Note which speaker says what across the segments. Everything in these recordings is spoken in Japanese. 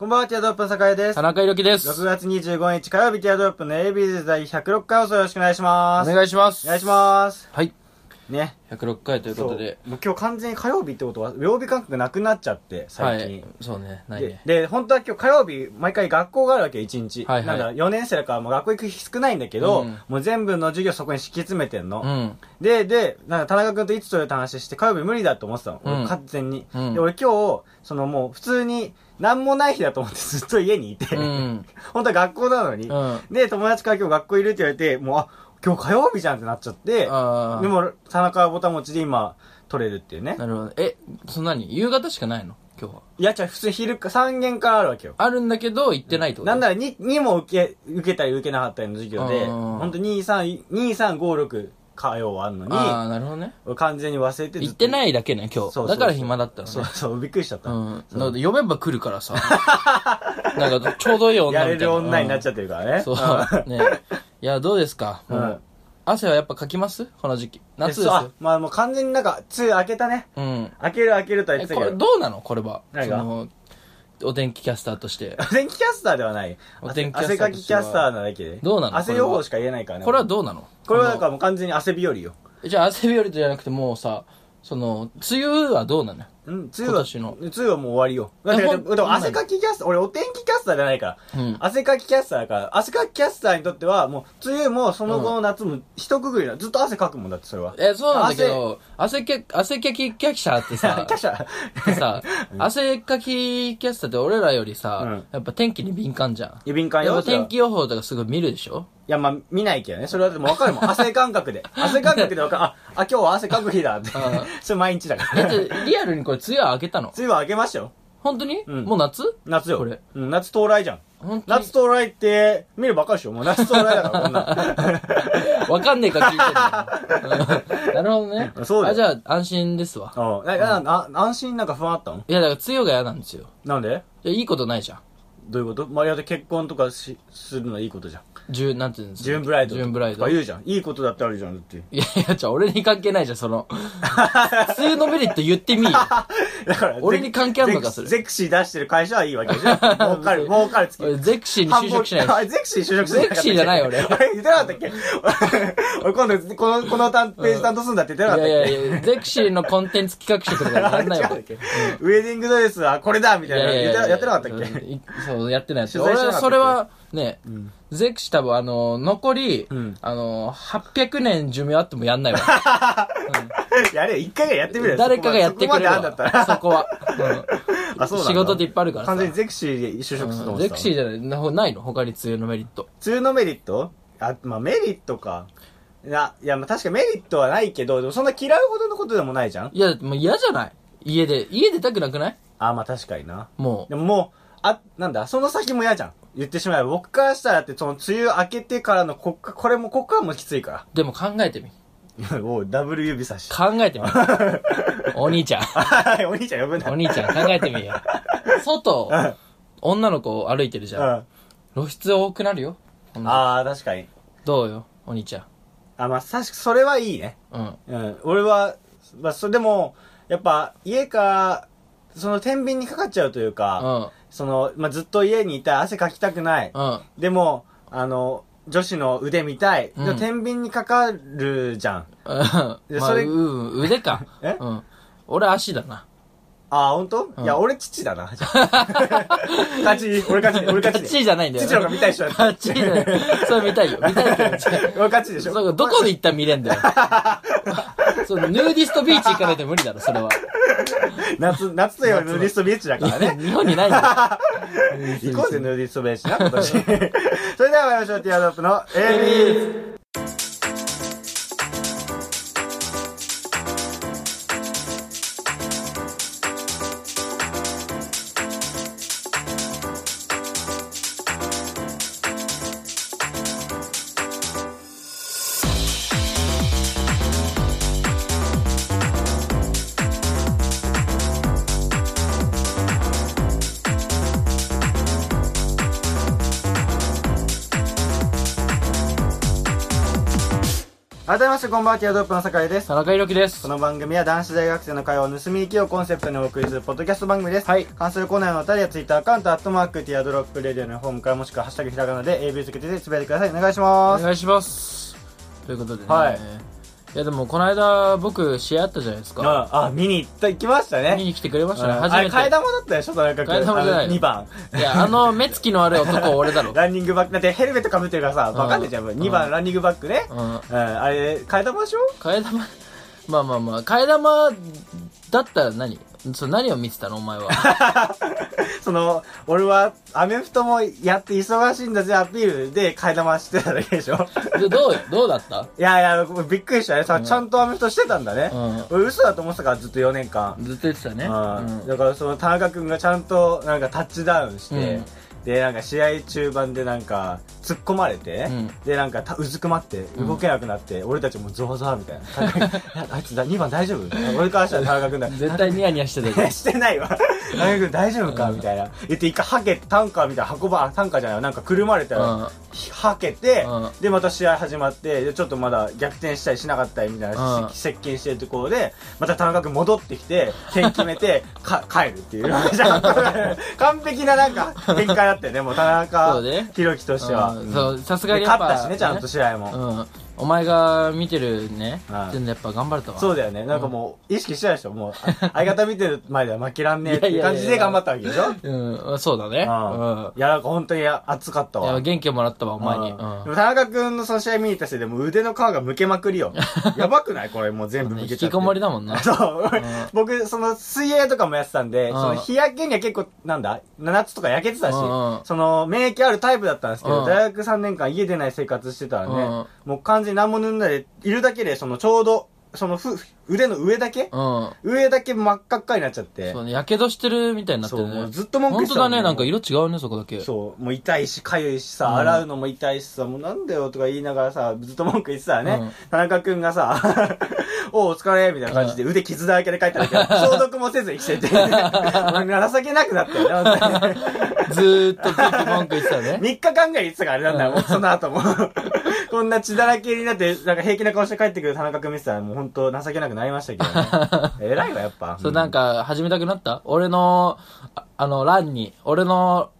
Speaker 1: こんばんは、ティアドロップの坂井です。
Speaker 2: 田
Speaker 1: 6
Speaker 2: 中裕樹です。お
Speaker 1: 月25日火曜日、ティアドロップの ABZ 第106回放送よろしくお願いします。
Speaker 2: 願いします。
Speaker 1: お願いします。
Speaker 2: はい。
Speaker 1: ね。
Speaker 2: 106回ということで。
Speaker 1: そうもう今日完全に火曜日ってことは、曜日感覚なくなっちゃって、
Speaker 2: は
Speaker 1: 最
Speaker 2: い
Speaker 1: 近。。
Speaker 2: そうね。ない
Speaker 1: で
Speaker 2: ね。
Speaker 1: で、本当は今日火曜日、毎回学校があるわけ、一日。
Speaker 2: はいはい
Speaker 1: なんだ、4年生だからもう学校行く日少ないんだけど、
Speaker 2: うん
Speaker 1: もう全部の授業そこに敷き詰めてんの。
Speaker 2: うん。
Speaker 1: で、で、なんか田中君といつ取れた話して、火曜日無理だと思ってたの。
Speaker 2: うん
Speaker 1: 俺完全に、
Speaker 2: うん
Speaker 1: で、俺今日、そのもう普通に、なんもない日だと思ってずっと家にいて、
Speaker 2: うん。
Speaker 1: 本当 は学校なのに、
Speaker 2: うん。
Speaker 1: で、友達から今日学校いるって言われて、もう、あ、今日火曜日じゃんってなっちゃって、
Speaker 2: ああ。
Speaker 1: で、も、田中はボタン持ちで今、取れるっていうね。
Speaker 2: なるほど。え、そんなに夕方しかないの今日は。
Speaker 1: いや、じゃあ普通昼か、3限からあるわけよ。
Speaker 2: あるんだけど、行ってないってこと
Speaker 1: なんな
Speaker 2: ら、
Speaker 1: ら 2, 2も受け、受けたり受けなかったりの授業で、
Speaker 2: うん
Speaker 1: 本当に2、3、2、3、5、6火曜はあるのに、
Speaker 2: ああ、なるほどね。
Speaker 1: 俺完全に忘れて
Speaker 2: 行って
Speaker 1: い
Speaker 2: ないだけね、今
Speaker 1: そうそうそう
Speaker 2: 日。だから暇だったの
Speaker 1: そう
Speaker 2: ね。
Speaker 1: そう、びっくりしちゃった。
Speaker 2: うん。なので、読めば来る からさ。なんか、ちょうどいい女みた
Speaker 1: や
Speaker 2: いな。
Speaker 1: れる女になっちゃ
Speaker 2: っ
Speaker 1: ってるからね。
Speaker 2: そう
Speaker 1: う。
Speaker 2: ね。いや、どうですかも
Speaker 1: ん。う
Speaker 2: うん汗はやっぱかきますこの時期。夏です
Speaker 1: そうあ
Speaker 2: よ。
Speaker 1: まあもう完全になんか、梅雨明けたね。
Speaker 2: うん。
Speaker 1: 明ける明けるとは言っ
Speaker 2: え
Speaker 1: てた
Speaker 2: こ
Speaker 1: け
Speaker 2: れ
Speaker 1: ど。
Speaker 2: どうなのこれは。
Speaker 1: 何
Speaker 2: そ
Speaker 1: が
Speaker 2: の、お天気キャスターとして。
Speaker 1: お天気キャスターではない。
Speaker 2: お天気
Speaker 1: 汗汗
Speaker 2: キャスター
Speaker 1: か
Speaker 2: としては
Speaker 1: きキャスターなだけで。
Speaker 2: どうなの
Speaker 1: 汗予報しか言えないからね。
Speaker 2: これは
Speaker 1: 俺
Speaker 2: どうなの
Speaker 1: これはだか
Speaker 2: から
Speaker 1: もう完全に汗日和よ。
Speaker 2: じゃあ汗日和じゃなくてもうさ、その、梅雨はどうなの
Speaker 1: うん、梅雨
Speaker 2: 今
Speaker 1: は、
Speaker 2: 年の
Speaker 1: 梅雨はもう終わりよ。だって
Speaker 2: えほん
Speaker 1: だってでも汗かきキャスター、俺お天気キャスターじゃないから。
Speaker 2: うん。
Speaker 1: 汗かきキャスターだから、汗かきキャスターにとっては、もう、梅雨もその後の夏も一括りだ。ずっと汗かくもんだって、それは。
Speaker 2: え、そうなんだけど、汗け、汗かきキャキシャーっ てさ
Speaker 1: キ、ャシャ。
Speaker 2: さ、汗かきキャスターって俺らより
Speaker 1: うん
Speaker 2: さ、やっぱ天気に敏感じゃん。
Speaker 1: 指敏感
Speaker 2: やっ
Speaker 1: よ。
Speaker 2: ぱ天気予報とかすごい見るでしょ
Speaker 1: いや、まあ、見ないけどね。それはでも分かるもん。汗感覚で。汗感覚で分かる。あ、あ、今日は汗かく日だって。 それ毎日だか
Speaker 2: だっ
Speaker 1: ら。梅
Speaker 2: てリアルにこれ梅雨は明 けたの
Speaker 1: 雨は明けましたよ。
Speaker 2: 本当に
Speaker 1: うん
Speaker 2: もう夏
Speaker 1: 夏よ。
Speaker 2: これ
Speaker 1: うん、夏到来じゃん。
Speaker 2: 本当に
Speaker 1: 夏到来って、見るばっかりでしょ。もう夏到来だから、こ んな。
Speaker 2: わかんねえか聞いて るなるほどね。
Speaker 1: そうだよ
Speaker 2: あ、じゃあ安心ですわ。
Speaker 1: うん。な、な、な安心なんか不安あったの
Speaker 2: いや、だから梅雨が嫌なんですよ。
Speaker 1: なんで
Speaker 2: いやいいことないじゃん。
Speaker 1: どういうことまあ、いやだって結婚とかし、するのはいいことじゃん。
Speaker 2: ジュなんていうんですか
Speaker 1: ジューンブライド。
Speaker 2: ジューンブライ
Speaker 1: と
Speaker 2: ド。
Speaker 1: か
Speaker 2: い
Speaker 1: 言うじゃん。いいことだってあるじゃん、だって。
Speaker 2: やいや、じゃあ俺に関係ないじゃん、その。梅雨のメリット言ってみいよ。
Speaker 1: だから、
Speaker 2: 俺に関係あるのかそれ
Speaker 1: ゼクシー出してる会社はいいわけ じゃん。儲かる、儲かるつき。
Speaker 2: 俺ゼクシーに就職しないし。
Speaker 1: あゼクシーに就職しない
Speaker 2: ゼクシーじゃない俺
Speaker 1: あれ、 言ってなかったっけ俺今度、この、この担ページ担当するんだって言ってなか
Speaker 2: い
Speaker 1: った
Speaker 2: や
Speaker 1: っ
Speaker 2: い
Speaker 1: け
Speaker 2: やいや、ゼクシーのコンテンツ企画してくれたらやんない
Speaker 1: あ
Speaker 2: わ
Speaker 1: れ違うっ。けウェディングドレスはこれだみ
Speaker 2: い
Speaker 1: たいな。言って なやってなかったっ
Speaker 2: うん
Speaker 1: け
Speaker 2: いそう、やってないやつ。
Speaker 1: 取材
Speaker 2: 俺
Speaker 1: してなかったっけ
Speaker 2: は、それは、ね、ゼクシー多分あの、残り
Speaker 1: うん、
Speaker 2: あの、800年寿命あっても やんないわ。
Speaker 1: やれ、一回ぐらいやってみる
Speaker 2: 誰かがやってく
Speaker 1: そこま
Speaker 2: れる
Speaker 1: であんだった
Speaker 2: わ。そ
Speaker 1: ら。
Speaker 2: こは。
Speaker 1: あ、そう
Speaker 2: うん
Speaker 1: なんだ
Speaker 2: 仕事でいっぱいあるからさ
Speaker 1: 完。全にゼクシーで就職すると思
Speaker 2: うん
Speaker 1: ってた
Speaker 2: ゼク
Speaker 1: わ。
Speaker 2: シーじゃないな、ないの他に梅雨のメリット。
Speaker 1: 普通のメリットあ、まあメリットか。な、いや、まあ確かメリットはないけど、でもそんな嫌うほどのことでもないじゃん
Speaker 2: いや、もう嫌じゃない家で、家出たくなくない
Speaker 1: あ、まあ確かにな。
Speaker 2: も
Speaker 1: でももう、あ、なんだ、その先も嫌じゃん。言ってしまえば、僕からしたらって、その、梅雨明けてからの、こっか、これも、こっからもきついか
Speaker 2: う。でも考えてみ。
Speaker 1: ら。 おう、ダブル指差し。
Speaker 2: 考えてみ。お兄ちゃん。
Speaker 1: はい お兄ちゃん呼ぶな。
Speaker 2: お兄ちゃん考えてみよ。外、女の子歩いてるじ
Speaker 1: う
Speaker 2: ゃん。
Speaker 1: ん。
Speaker 2: 露出多くなるよ。
Speaker 1: ああ、確かに。
Speaker 2: どうよ、お兄ちゃん。
Speaker 1: あ、まあ、確か、それはいいね。
Speaker 2: うん。
Speaker 1: うん。俺は、まあ、それでも、やっぱ、家から、その、天秤にかかっちゃうという
Speaker 2: う
Speaker 1: か、
Speaker 2: ん。
Speaker 1: その、まあ、ずっと家にいたい、汗かきたくない。
Speaker 2: うん。
Speaker 1: でも、あの、女子の腕見たい。
Speaker 2: うん
Speaker 1: でも天秤にかかるじゃん。
Speaker 2: うんま
Speaker 1: で
Speaker 2: あ、
Speaker 1: それ
Speaker 2: うん、腕か。
Speaker 1: え
Speaker 2: うん。俺足だな。
Speaker 1: ああ、ほんと、
Speaker 2: うん
Speaker 1: いや、俺父だ な。じゃあ勝ち、俺勝ち、俺勝
Speaker 2: ガ
Speaker 1: ち。
Speaker 2: チじゃないんだよ。
Speaker 1: 父の方が見たい人 だ。
Speaker 2: ガチじゃない。それ見たいよ。見たいけど違う。
Speaker 1: 俺勝ちでしょ。
Speaker 2: そうどこで行ったら見れんだよ。 そのヌーディストビーチ行かないと無理だろ、それは。
Speaker 1: 夏、夏といえばヌーディストビーチだからね。
Speaker 2: 日本にないんだよ。
Speaker 1: 行こうぜ、ヌーディストビーチな、今年。そ れでは参りましょう、ティアドロップの AB。改めまして、こんばんは、ティアドロップの酒井です。
Speaker 2: 田中裕樹です
Speaker 1: こ。の番組は男子大学生の会話を盗み行きをコンセプトにお送りするポッドキャスト番組です。
Speaker 2: はい
Speaker 1: 関するコーナーのお便りやツイッターアカウント、アットマーク、ティアドロップレディオのホームからもしくは、ハッシュタグひらがなで AB つけてつぶやいてください。お願いし
Speaker 2: お
Speaker 1: ます。
Speaker 2: 願いします。ということでね。
Speaker 1: はい
Speaker 2: いやでも、この間、僕、試合あったじゃないですか。
Speaker 1: ああ、見に行った、行きました
Speaker 2: 見
Speaker 1: ね。
Speaker 2: に来てくれましたね。
Speaker 1: うん
Speaker 2: 初
Speaker 1: あ
Speaker 2: め
Speaker 1: れ、
Speaker 2: て。
Speaker 1: 替え玉だったでしょ、田中君。
Speaker 2: 替え玉じゃない
Speaker 1: 2番。
Speaker 2: いや、あの、目つきの悪い男は俺 だろ。
Speaker 1: ランニングバック、だってヘルメットかぶってるからさ、バカでじゃん。
Speaker 2: うん
Speaker 1: 2番、ランニングバックね。
Speaker 2: うん。
Speaker 1: うん、あれ、替え玉でしょ
Speaker 2: 替え玉、まあまあまあ、替え玉だったら何それ何を見てたのお前は。
Speaker 1: その、俺は、アメフトもやって忙しいんだぜ、アピールで替え玉してただけでしょ
Speaker 2: でどう、どうだった
Speaker 1: いやいや、びっくりしたね。さ、ちゃんとアメフトしてたんだね。
Speaker 2: う
Speaker 1: 俺嘘だと思ってたから、ずっと4年間。
Speaker 2: ずっと言ってたね。
Speaker 1: うんだからその田中君がちゃんとなんかタッチダウンして、
Speaker 2: うん
Speaker 1: でなんか試合中盤でなんか突っ込まれて、
Speaker 2: うん
Speaker 1: でなんかたうずくまって動けなくなって、俺たちもゾワゾワみたいな田中君 あいつだ2番大丈夫俺からしたら田中君だ
Speaker 2: うん絶対ニヤニヤしてたじゃん。
Speaker 1: してない わ。大学大丈夫かみたいな。言って、一回はけ、タンカーみたいな、運ば、あタンカーじゃないわなんかくるまれた
Speaker 2: うん
Speaker 1: ら、はけて
Speaker 2: う、
Speaker 1: で、また試合始まって、で、ちょっとまだ逆転したりしなかったりみたい
Speaker 2: うん
Speaker 1: な、せ接近してるところで、また田中君戻ってきて、点決めて、 か、帰るっていう。 じゃあ完璧ななんか、展開だったよね、もう田
Speaker 2: そ
Speaker 1: 中
Speaker 2: うね、
Speaker 1: 宏樹としては。
Speaker 2: うん
Speaker 1: うん
Speaker 2: そうさすがに
Speaker 1: で
Speaker 2: やっ
Speaker 1: 勝
Speaker 2: ぱ
Speaker 1: ったしね、ちゃんと試合
Speaker 2: う
Speaker 1: も。
Speaker 2: ん。お前が見てるね
Speaker 1: は、い
Speaker 2: 全然やっぱ頑張れたわ。
Speaker 1: そうだよね。なんかもう、意識してたでしょもう、あ相方見てる前では負けらんねえっていう感じで頑張ったわけでしょ
Speaker 2: うん、そうだね。
Speaker 1: うん
Speaker 2: う
Speaker 1: いや、なんか本当に熱かった
Speaker 2: ん。い
Speaker 1: わ。
Speaker 2: や、元気をもらったわ、お前に。
Speaker 1: う
Speaker 2: うんん
Speaker 1: でも田中君のその試合見に行ったせいで、もう腕の皮がむけまくり よ。やばくないこれもう全部むけ
Speaker 2: 引
Speaker 1: ちゃって。。
Speaker 2: きこもりだもんな
Speaker 1: そう。僕、その水泳とかもやってたんで、
Speaker 2: うん
Speaker 1: その日焼けには結構、なんだ ?7 つとか焼けてたし
Speaker 2: うんうん、
Speaker 1: その免疫あるタイプだったんですけ
Speaker 2: う
Speaker 1: ど、
Speaker 2: ん
Speaker 1: 大学3年間家出ない生活してたら
Speaker 2: う
Speaker 1: ね
Speaker 2: ん、
Speaker 1: もう完全に何も塗んないで、いるだけで、そのちょうど、そのふ腕の上だけ
Speaker 2: うん。
Speaker 1: 上だけ真っ赤っかになっちゃって
Speaker 2: そ。うね、やけどしてるみたいになって
Speaker 1: そ
Speaker 2: る
Speaker 1: うもう
Speaker 2: ね。
Speaker 1: ずっと文句
Speaker 2: 本
Speaker 1: して
Speaker 2: 当
Speaker 1: たも
Speaker 2: だ
Speaker 1: ん
Speaker 2: ね、なんか色違うね、そこだけ。
Speaker 1: そう、もう痛いし、かゆいし
Speaker 2: うん
Speaker 1: さ、洗うのも痛いしさ、もうなんだよとか言いながらさ、ずっと文句言ってたらね、
Speaker 2: うん
Speaker 1: 田中くんがさ、 おう、お疲れみたいな感じで腕傷だらけで帰ったんだ けど、消毒もせず生きてて、なんか情けなくなったよね本当 にね、
Speaker 2: ずーっとピーキ文句言っ てたね。
Speaker 1: 3日間ぐらい言ってたからあれなんだよ、もうその後も。 こんな血だらけになって、なんか平気な顔して帰ってくる田中くん見てたら、もう本当情けなくなりま したけどね。偉いわ、やっぱ。
Speaker 2: そう、なんか、始めたくなった俺の、ああの、欄に、俺の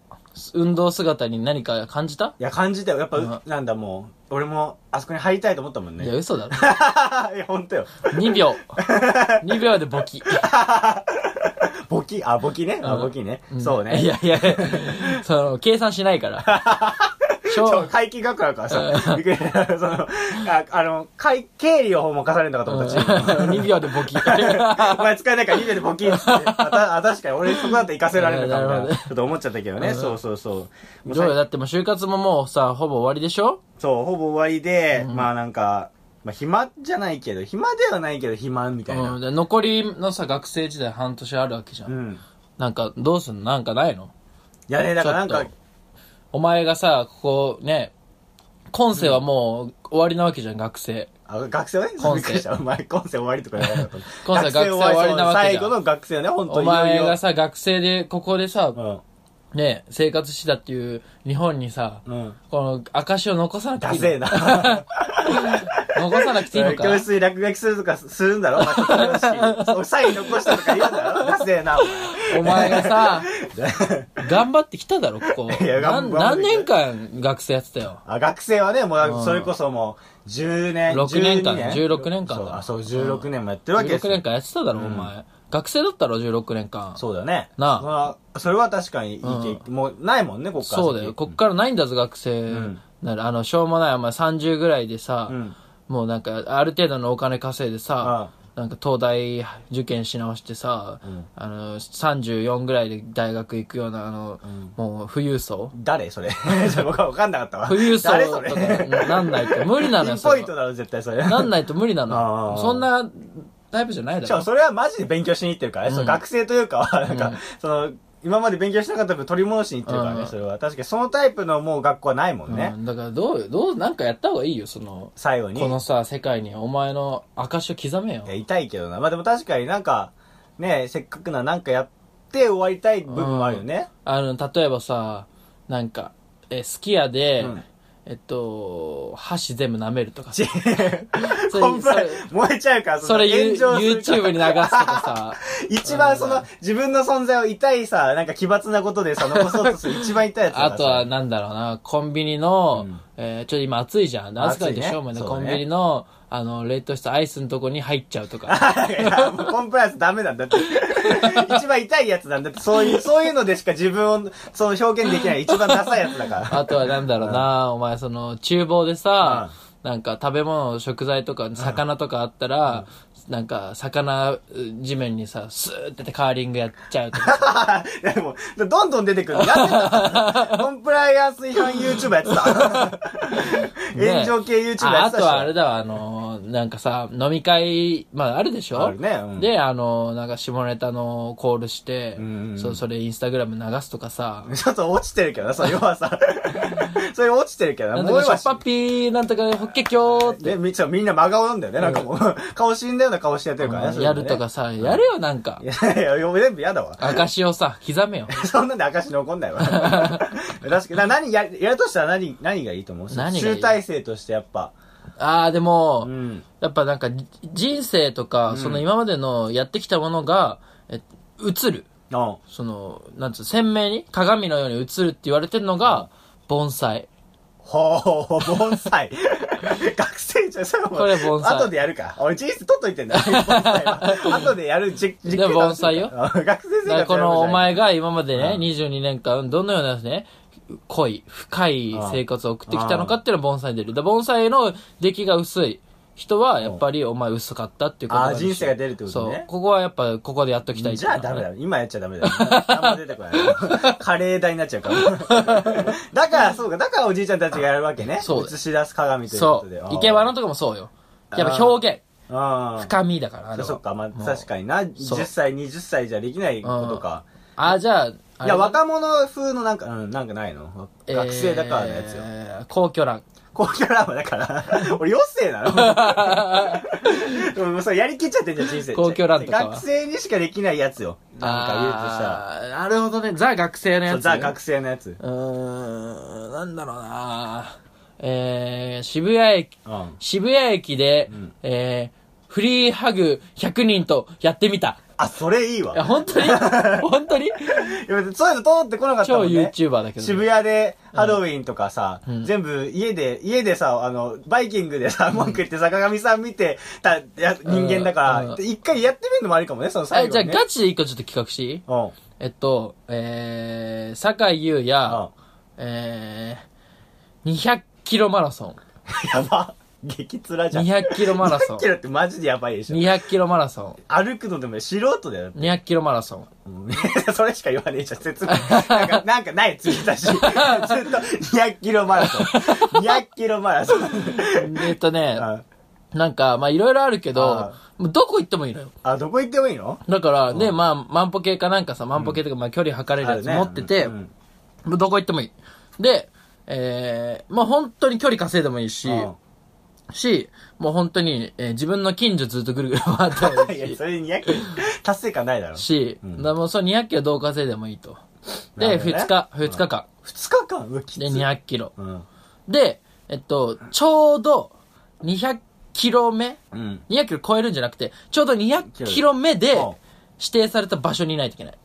Speaker 2: 運動姿に何か感じた
Speaker 1: いや、感じたよ。やっぱ、
Speaker 2: うん
Speaker 1: なんだもう、俺も、あそこに入りたいと思ったもんね。
Speaker 2: いや、嘘だろ。
Speaker 1: いや、本当よ。
Speaker 2: 2秒。2秒でボキ。
Speaker 1: 簿記あ、簿記ね。あ、
Speaker 2: うん
Speaker 1: 簿記ね
Speaker 2: ん。
Speaker 1: そうね。
Speaker 2: いやいや、その、計算しな いから。し
Speaker 1: そう、
Speaker 2: ょ
Speaker 1: 会計学科だからさ、 びっくりしたその、ああの、会、経理をも課されるのかと思った、チーム
Speaker 2: 2秒でボキ。
Speaker 1: お前使えないから2秒でボキンっつって。あた あ、確かに俺そこだって行かせられるのかみたい
Speaker 2: な
Speaker 1: な。
Speaker 2: るほど
Speaker 1: ちょっと思っちゃったけどね。そうそうそう。もう
Speaker 2: どうよ、
Speaker 1: さ
Speaker 2: だってもう就活ももうさ、ほぼ終わりでしょ
Speaker 1: そう、ほぼ終わりで、まあなんか、まあ暇じゃないけど、暇ではないけど暇みたいな。
Speaker 2: うん、で残りのさ、学生時代半年あるわけじゃん。
Speaker 1: うん。
Speaker 2: なんか、どうすんのなんかないの
Speaker 1: いやね、だからなん
Speaker 2: ち
Speaker 1: か
Speaker 2: ょっと、お前がさ、ここね、今世はもう終わりなわけじゃん、学生。
Speaker 1: あ学生はね、
Speaker 2: 今世
Speaker 1: びっくりしたお前、今世終わりとか言わなかった。
Speaker 2: 今世学生終わりなわけじゃん
Speaker 1: 最後の学生ね、本当
Speaker 2: お
Speaker 1: にいよい
Speaker 2: 前
Speaker 1: よ。
Speaker 2: がさ、学生で、ここでさ、ね、生活してたっていう日本にさ、
Speaker 1: うん。うん。
Speaker 2: この証を残さな
Speaker 1: ダ
Speaker 2: く
Speaker 1: セ
Speaker 2: てい
Speaker 1: え
Speaker 2: い
Speaker 1: な
Speaker 2: の。残さな くていいのか。
Speaker 1: 教室に落書きするとかするんだろま たおサイン残したとか言うんだろダセえな、お
Speaker 2: お前が さ、
Speaker 1: 前
Speaker 2: 頑張ってきただろ、ここ。
Speaker 1: いや
Speaker 2: な
Speaker 1: 頑張
Speaker 2: ん
Speaker 1: って
Speaker 2: 何年間学生やってたよ。
Speaker 1: あ学生はね、も
Speaker 2: う
Speaker 1: うんそれこそもう、10年、
Speaker 2: 6年間
Speaker 1: 12
Speaker 2: 16年間
Speaker 1: そう
Speaker 2: だ
Speaker 1: あ、そう、16年もやってるわけです
Speaker 2: 16
Speaker 1: よ
Speaker 2: 年間やってただろ、
Speaker 1: うん
Speaker 2: お前。学生だったろ、16年間。
Speaker 1: そうだね。
Speaker 2: なあ
Speaker 1: まあ、それは確かにいい経験、もうないもんね、こっから先。
Speaker 2: そうだよ。こっからないんだぞ、学生。
Speaker 1: ん
Speaker 2: なるあの、しょうもない、お前30ぐらいでさ、
Speaker 1: うん
Speaker 2: もうなんか、ある程度のお金稼いでさ、なんか、東大受験し直してさ、
Speaker 1: ん
Speaker 2: あの、34ぐらいで大学行くような、あの、もう、富裕層。
Speaker 1: 誰それ ちょ僕は分かんなかったわ。
Speaker 2: 富裕層
Speaker 1: 誰そ
Speaker 2: と
Speaker 1: れ
Speaker 2: かなんないと無理なの
Speaker 1: ピ
Speaker 2: よ、
Speaker 1: ン
Speaker 2: そ
Speaker 1: ポイ
Speaker 2: れ
Speaker 1: ントだろ、絶対そ れ。
Speaker 2: なんないと無理な
Speaker 1: あ
Speaker 2: の。
Speaker 1: あ
Speaker 2: そんなタイプじゃないだ
Speaker 1: しか
Speaker 2: ろ
Speaker 1: も。それはマジで勉強しに行ってるからね、その学生というかは、なんか、その、今まで勉強しなかった分取り戻しに行ってるから
Speaker 2: う
Speaker 1: ね、
Speaker 2: ん
Speaker 1: それは。確かにそのタイプのもう学校はないもんね
Speaker 2: う。んだから、どうよ、どう、なんかやった方がいいよ、その、
Speaker 1: 最後に。
Speaker 2: このさ、世界にお前の証を刻めよ
Speaker 1: いや。痛いけどな。まあでも確かになんか、ね、せっかくななんかやって終わりたい部分もあるよね。
Speaker 2: あの、例えばさ、なんか、え、スキヤで、
Speaker 1: うん
Speaker 2: えっと、箸全部舐めるとかさ
Speaker 1: ち、
Speaker 2: それ
Speaker 1: コンプライ燃えちゃうから、
Speaker 2: それユ
Speaker 1: の
Speaker 2: ー YouTube に流すとかさ、
Speaker 1: 一番その、自分の存在を痛いさ、なんか奇抜なことでさ、残 そうとする一番痛いやつだ
Speaker 2: あ
Speaker 1: から
Speaker 2: と
Speaker 1: さ
Speaker 2: は、なんだろうな、コンビニの、
Speaker 1: うん
Speaker 2: えーちょっと今暑いじゃん。暑いでしょ、
Speaker 1: 暑いね
Speaker 2: まだ
Speaker 1: そう
Speaker 2: コ
Speaker 1: だね
Speaker 2: ンビニの、あの、冷凍したアイスのとこに入っちゃうとか。
Speaker 1: いやもうコンプライアンスダメなんだって。 一番痛いやつなんだって。そういう、そういうのでしか自分を、その表現できない一番ダサいやつだから。
Speaker 2: あとはなんだろうな、お前その、厨房でさ、なんか食べ物、食材とか、魚とかあったら、なんか、魚、地面にさ、スーってカーリングやっちゃうとか。
Speaker 1: いやでも、どんどん出てくる。なん でだコンプライアンス違反 YouTuber やってた。
Speaker 2: ね
Speaker 1: 炎上系 YouTuber やってた
Speaker 2: あ
Speaker 1: し
Speaker 2: あとはあれだわ、あのー、なんかさ、飲み会、まああるでしょ
Speaker 1: あるねうん
Speaker 2: で、あのー、なんか下ネタのコールして、
Speaker 1: うんうんうん
Speaker 2: そうそれインスタグラム流すとかさ、
Speaker 1: ちょっと落ちてるけどな、それはさ。それ落ちてるけど
Speaker 2: な
Speaker 1: な、
Speaker 2: んと
Speaker 1: もう
Speaker 2: かしょ
Speaker 1: 今
Speaker 2: っぱっぴー、なんとかホッケ教って、
Speaker 1: で、みちょみんな真顔なんだよね。なんかもう、顔死んだような顔してやってるからね。そういう
Speaker 2: や
Speaker 1: の
Speaker 2: る
Speaker 1: ね
Speaker 2: とか。さ、やれよなんか
Speaker 1: い。やいや、全部嫌だわ。
Speaker 2: 証をさ、刻めよ。
Speaker 1: そんなんで証残んない わ。確かに。な何や、やるとしたら何、何がいいと思う
Speaker 2: 何がいい
Speaker 1: 集大成としてやっぱ。
Speaker 2: あー、でも、
Speaker 1: うん。
Speaker 2: やっぱなんか、じ人生とか、その今までのやってきたものが、え、映る。
Speaker 1: の、
Speaker 2: その、なんつう、鮮明に鏡のように映るって言われてるのが、盆栽。
Speaker 1: ほう、盆 栽。学生じゃん、それも
Speaker 2: これ盆栽
Speaker 1: 後でやるか。俺、人生取っといてん だよ、盆栽は。後でやる、じ実験
Speaker 2: で盆栽よ
Speaker 1: 楽しみだ学生生活
Speaker 2: だからこ
Speaker 1: やる
Speaker 2: のお前
Speaker 1: じ
Speaker 2: が今までね、
Speaker 1: うん
Speaker 2: 22年間、どのようなね、濃い、深い生活を送ってきたのかっていうのは盆栽に出る。だから盆栽の出来が薄い人は、やっぱりお前薄かったっていうこと
Speaker 1: あー人生が出るってことね
Speaker 2: そう。ここはやっぱ、ここでやっときた
Speaker 1: ゃ
Speaker 2: い
Speaker 1: ん
Speaker 2: って
Speaker 1: じ
Speaker 2: いう
Speaker 1: ゃ
Speaker 2: の
Speaker 1: あダ
Speaker 2: はね
Speaker 1: メだよ。今やっちゃダメだ よ。あんま出てこない。カレー代になっちゃう から。だから、そうか。だからおじいちゃんたちがやるわけね。
Speaker 2: そうだ
Speaker 1: 映し出す鏡というこ
Speaker 2: そ
Speaker 1: とで。
Speaker 2: う。いけばのとかもそうよ。やっぱ表現。
Speaker 1: あ
Speaker 2: 深みだから、あれ
Speaker 1: あ。
Speaker 2: は
Speaker 1: そっか、まあ
Speaker 2: もう
Speaker 1: 確かにな。
Speaker 2: そう
Speaker 1: 10歳、20歳じゃできないことか。
Speaker 2: あー、じゃあ、あ
Speaker 1: い
Speaker 2: れ
Speaker 1: や、若者風のなんか、うん、なんかないの
Speaker 2: えー
Speaker 1: 学生だからのやつよ。
Speaker 2: 皇居欄。
Speaker 1: 公共ラボだ から、俺余生なのでももうそれやりきっちゃってんじゃん、人生。
Speaker 2: 公共ランとかは
Speaker 1: 学生にしかできないやつよ。なんか言うとさ。
Speaker 2: あーなるほどね。ザ学生のや
Speaker 1: そう
Speaker 2: つ。
Speaker 1: ザ学生のやつ。
Speaker 2: うーん、なんだろうなえー、渋谷駅、
Speaker 1: うん。
Speaker 2: 渋谷駅で、
Speaker 1: うん
Speaker 2: えー、フリーハグ100人とやってみた。
Speaker 1: あ、それいい
Speaker 2: いや、
Speaker 1: わ。
Speaker 2: 本当に本当に
Speaker 1: いや別にそういうの通ってこなかった
Speaker 2: 超
Speaker 1: もんね。
Speaker 2: YouTuber だけどね、
Speaker 1: 渋谷でハロウィンとかさ、
Speaker 2: うん
Speaker 1: 全部家で、家でさ、あの、バイキングでさ、文句言って坂上さん見てたや人間だか
Speaker 2: うん
Speaker 1: ら、で一回やってみるのもありかもね、その最
Speaker 2: え、
Speaker 1: 後
Speaker 2: じゃあ
Speaker 1: に、ね。
Speaker 2: ガチで一個ちょっと企画していい
Speaker 1: うん。うん。
Speaker 2: えっと、えー、坂井優也、えー、200キロマラソン。
Speaker 1: やば。激辛じゃん。
Speaker 2: 200キロマラソン
Speaker 1: 200キ。ロってマジでやばいでしょ。
Speaker 2: 200キロマラソ
Speaker 1: 歩くのでも素人だよ
Speaker 2: ン。。200キロマラソン。
Speaker 1: うん それしか言わねえじゃん、 説明。なんか、なんかない、次だし。ずっと、200キロマラソン。200キロマラ ソン。
Speaker 2: えっとね、
Speaker 1: あ
Speaker 2: なんか、まあいろいろあるけど
Speaker 1: あ、
Speaker 2: もうどこ行ってもいいのよ。
Speaker 1: あ、どこ行ってもいいの
Speaker 2: だから、ね、まあ、万歩計かなんかさ、万歩計とか、まあ距離測れるやつ持って
Speaker 1: あ
Speaker 2: て、
Speaker 1: るねうん
Speaker 2: もうどこ行ってもいい。で、えー、まあ本当に距離稼いでもいいし、
Speaker 1: うん
Speaker 2: し、もう本当に、えー自分の近所ずっとぐるぐる回ってもい
Speaker 1: いや、
Speaker 2: い
Speaker 1: それ200キロ、達成感ないだろ。
Speaker 2: し、
Speaker 1: 2ん
Speaker 2: し、だからもうその200キロどう稼いでもいいと。
Speaker 1: な
Speaker 2: で、
Speaker 1: るほどね
Speaker 2: 2日、2日間。
Speaker 1: 日間うわ、きつ
Speaker 2: で、
Speaker 1: い。
Speaker 2: 200キロ。
Speaker 1: うん。
Speaker 2: で、えっと、ちょうど、200キロ目
Speaker 1: うん。
Speaker 2: 200キロ超えるんじゃなくて、ちょうど200キロ目で
Speaker 1: うん
Speaker 2: 指定された場所にいないといけない。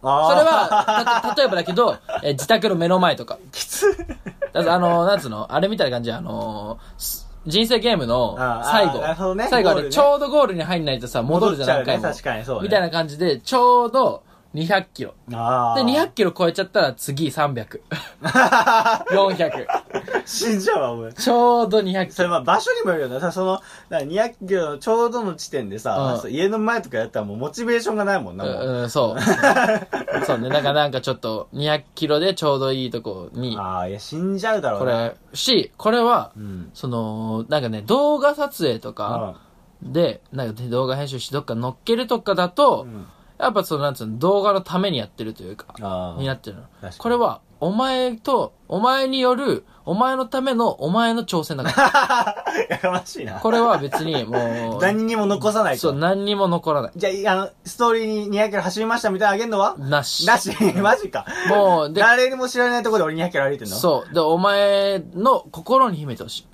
Speaker 2: そ
Speaker 1: あ
Speaker 2: れ
Speaker 1: ー、
Speaker 2: は、た例えばだけど、えー自宅の目の前とか。
Speaker 1: きつ い。
Speaker 2: だからあの、なんつうのあれみたいな感じ、あのーす人生ゲームの
Speaker 1: あー
Speaker 2: 最
Speaker 1: あーなるほ
Speaker 2: 後。
Speaker 1: どね
Speaker 2: 最後あ
Speaker 1: ゴール
Speaker 2: れ、
Speaker 1: ね
Speaker 2: ちょうどゴールに入んないとさ、戻るじゃん、
Speaker 1: 戻っちゃ
Speaker 2: 何
Speaker 1: う
Speaker 2: 回
Speaker 1: ね
Speaker 2: も。
Speaker 1: 確かにそうね
Speaker 2: みたいな感じで、ちょうど200キロ。
Speaker 1: あ
Speaker 2: で、
Speaker 1: あ。
Speaker 2: 200キロ超えちゃったら次300。400。
Speaker 1: 死んじゃうわ、お前。
Speaker 2: ちょうど200キ
Speaker 1: そ
Speaker 2: ロ。
Speaker 1: れまあ場所にもよるよな。さ、その、な200キロのちょうどの地点でさ、
Speaker 2: うん
Speaker 1: 家の前とかやったらもうモチベーションがないもんな、もう。
Speaker 2: う ん、そう。そうね。なんか、なんかちょっと、200キロでちょうどいいとこに、
Speaker 1: ああ、いや、死んじゃうだろ
Speaker 2: こ
Speaker 1: うな。
Speaker 2: れ、し、これは
Speaker 1: う、ん。
Speaker 2: その、なんかね、動画撮影とか
Speaker 1: う
Speaker 2: で、なんか動画編集してどっか乗っけるとかだと、
Speaker 1: ん。
Speaker 2: やっぱその、なんつうの、動画のためにやってるというか、
Speaker 1: ああ。
Speaker 2: になってるの
Speaker 1: かに。
Speaker 2: これは、お前と、お前による、お前のためのお前の挑戦だから。
Speaker 1: やかましいな。
Speaker 2: これは別にもう、
Speaker 1: 何にも残さない
Speaker 2: そう、
Speaker 1: と。
Speaker 2: 何にも残らない。
Speaker 1: じゃあ、あの、ストーリーに200キロ走りましたみたいなのあげんのは
Speaker 2: なし。
Speaker 1: なし、 マジか。
Speaker 2: もう、で、
Speaker 1: 誰にも知らないところで俺200キロ歩いてんのう。
Speaker 2: そう。で、お前の心に秘めてほ しい。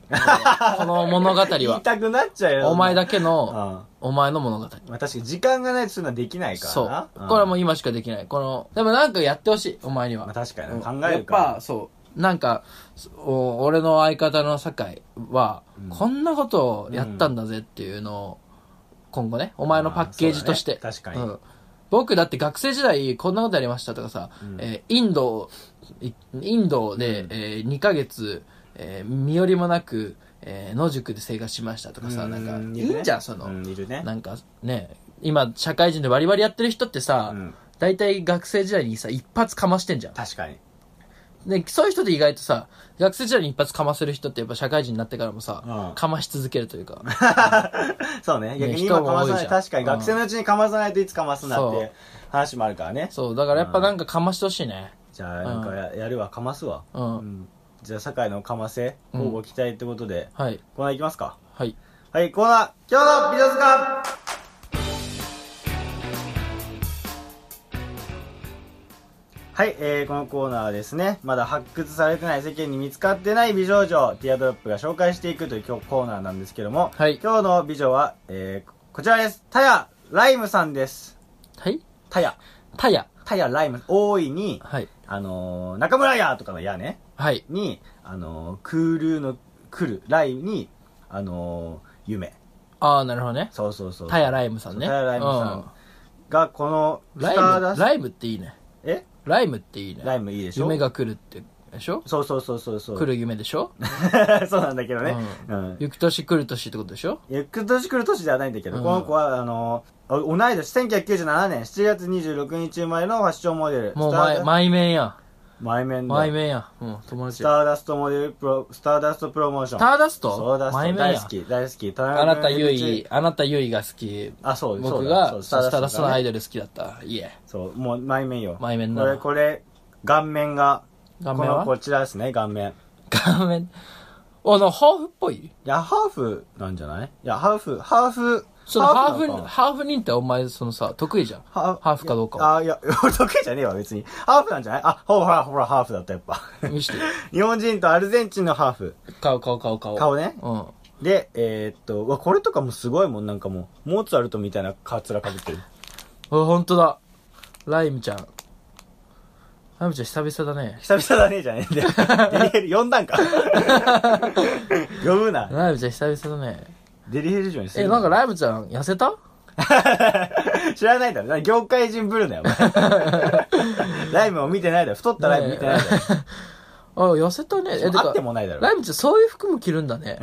Speaker 2: この物語
Speaker 1: 言 い
Speaker 2: は。
Speaker 1: たくなっちゃうよ。
Speaker 2: お前だ
Speaker 1: け。
Speaker 2: け
Speaker 1: うん。
Speaker 2: の、
Speaker 1: ま
Speaker 2: お前の物語。
Speaker 1: あ確かに時間がないとそういうのはできないから
Speaker 2: そう
Speaker 1: な。。
Speaker 2: これはも
Speaker 1: う
Speaker 2: うん今しかできない。この、でもなんかやってほしい、お前に
Speaker 1: まあ
Speaker 2: は。
Speaker 1: 確か
Speaker 2: う
Speaker 1: に
Speaker 2: ん
Speaker 1: な考え
Speaker 2: やっ
Speaker 1: るから。
Speaker 2: ぱ、そう。なんか、お俺の相方の酒井は、こんなことをやったんだぜっていうのを、今後ね、お前のパッケージとして。
Speaker 1: まあそうだね確かに
Speaker 2: ん僕だって学生時代こんなことやりましたとかさ、
Speaker 1: うん
Speaker 2: えーインド、いインドで、えー2ヶ月、えー身寄りもなく、えー野宿で生活しましたとかさ、
Speaker 1: う
Speaker 2: なんか、い
Speaker 1: いるね
Speaker 2: いんじゃん、その、
Speaker 1: ういるね。
Speaker 2: なんかね、今、社会人でバリバリやってる人ってさ、
Speaker 1: うん
Speaker 2: 大体学生時代にさ、一発かましてんじゃん。
Speaker 1: 確かに。
Speaker 2: で、そういう人って意外とさ、学生時代に一発かませる人ってやっぱ社会人になってからもさ、
Speaker 1: うん
Speaker 2: かまし続けるとい うか。
Speaker 1: そうね。逆に
Speaker 2: 人
Speaker 1: 今
Speaker 2: も
Speaker 1: か
Speaker 2: 多
Speaker 1: ま
Speaker 2: いじ
Speaker 1: さ
Speaker 2: ゃん
Speaker 1: ない。確かに学生のうちにかまさないといつかますなっ
Speaker 2: そ
Speaker 1: て
Speaker 2: う
Speaker 1: 話もあるからね。
Speaker 2: そう、だからやっぱなんかかましてほしいね。
Speaker 1: じゃあ、なんかややるわ、かますわ。
Speaker 2: うん。
Speaker 1: うんじゃあ、酒井のかませ、
Speaker 2: うん
Speaker 1: 交互期待ってことで、
Speaker 2: はい。
Speaker 1: コーナーいきますか。
Speaker 2: はい。
Speaker 1: はい、コーナー、今日の美術館はい、えー、このコーナーはですね、まだ発掘されてない世間に見つかってない美少女、ティアドロップが紹介していくという今日コーナーなんですけども、
Speaker 2: はい
Speaker 1: 今日の美女は、えー、こちらです。タヤライムさんです。
Speaker 2: はい
Speaker 1: タヤ。
Speaker 2: タヤ。
Speaker 1: タヤライム。大いに、
Speaker 2: はい。
Speaker 1: あのー、中村屋とかの屋ね。
Speaker 2: はい。
Speaker 1: に、あのー、クールの来る、ライムに、あのー、夢。
Speaker 2: ああ、なるほどね。
Speaker 1: そうそうそう。
Speaker 2: タヤライムさんね。
Speaker 1: そうタヤライムさんが、この、
Speaker 2: うん。
Speaker 1: ス
Speaker 2: ラ
Speaker 1: タ
Speaker 2: イ
Speaker 1: ー
Speaker 2: ム
Speaker 1: ダ、ス
Speaker 2: ライムっていいね。
Speaker 1: え
Speaker 2: ライムっていいね。
Speaker 1: ライムいいでしょ
Speaker 2: 夢。が来るって、でしょ
Speaker 1: そうそうそうそうそう。
Speaker 2: 来る夢でしょ
Speaker 1: そうなんだけどね。うん。
Speaker 2: 行く年来る年ってことでしょ
Speaker 1: ゆっく年来る年ではないんだけど、
Speaker 2: うん
Speaker 1: この子は、あのー、あ同い年、1997年7月26日生まれのファッションモデル。
Speaker 2: もう
Speaker 1: スター
Speaker 2: 前、
Speaker 1: ダ
Speaker 2: 前面や。
Speaker 1: 前面
Speaker 2: 前
Speaker 1: だ。
Speaker 2: 面や。うん、友
Speaker 1: ス
Speaker 2: 達や。
Speaker 1: ターダストモデルプロ、スターダストプロモーション。
Speaker 2: スターダスト
Speaker 1: そうだ、
Speaker 2: 前面
Speaker 1: 大
Speaker 2: や
Speaker 1: 好。き、大好き。田中
Speaker 2: あなた
Speaker 1: 君
Speaker 2: ゆい、あなたゆいが好き。
Speaker 1: あ、そうそう
Speaker 2: 僕
Speaker 1: だそ
Speaker 2: が
Speaker 1: う
Speaker 2: スターダストの
Speaker 1: ね
Speaker 2: アイドル好きだった。いえ。
Speaker 1: そう、もう、前面よ。
Speaker 2: 前面
Speaker 1: こ
Speaker 2: な
Speaker 1: れ、これ、顔面が、
Speaker 2: 顔
Speaker 1: こ
Speaker 2: 面
Speaker 1: の、
Speaker 2: は
Speaker 1: こちらですね、顔面。い
Speaker 2: 顔面。あの、ハーフっぽい
Speaker 1: や、ハーフなんじゃないいや、ハーフ、ハーフ、
Speaker 2: そのハーフ
Speaker 1: なのか、
Speaker 2: ハーフ人ってお前、そのさ、得意じゃん。
Speaker 1: ハ
Speaker 2: ハーフかどうかは
Speaker 1: あ、いや、 俺得意じゃねえわ、別に。ハーフなんじゃないあ、ほら、ほら、ほら、ハーフだった、やっぱ。
Speaker 2: 見して。
Speaker 1: 日本人とアルゼンチンのハーフ。
Speaker 2: 顔、顔、顔、顔。
Speaker 1: 顔ね。
Speaker 2: うん。
Speaker 1: で、えーっと、うわ、これとかもすごいもん、なんかもう、モーツァルトみたいなカツラかぶってる。
Speaker 2: あ、ほんとだ。ライムちゃん。ライムちゃん久々だね。
Speaker 1: 久々だね、じゃねえんだよ デリヘル、呼んだんか。 呼ぶな。
Speaker 2: ライムちゃん久々だね。
Speaker 1: デリヘル嬢にする
Speaker 2: え、なんかライムちゃん痩せた
Speaker 1: 知らないだろ。業界人ぶるなよ、お 前ライブも見てないだろ。太ったライブ見てないだろ。
Speaker 2: あ、痩せたね。え、て
Speaker 1: あ
Speaker 2: か
Speaker 1: ってもないだろ
Speaker 2: ライ。ムちゃんそういう服も着るん だね。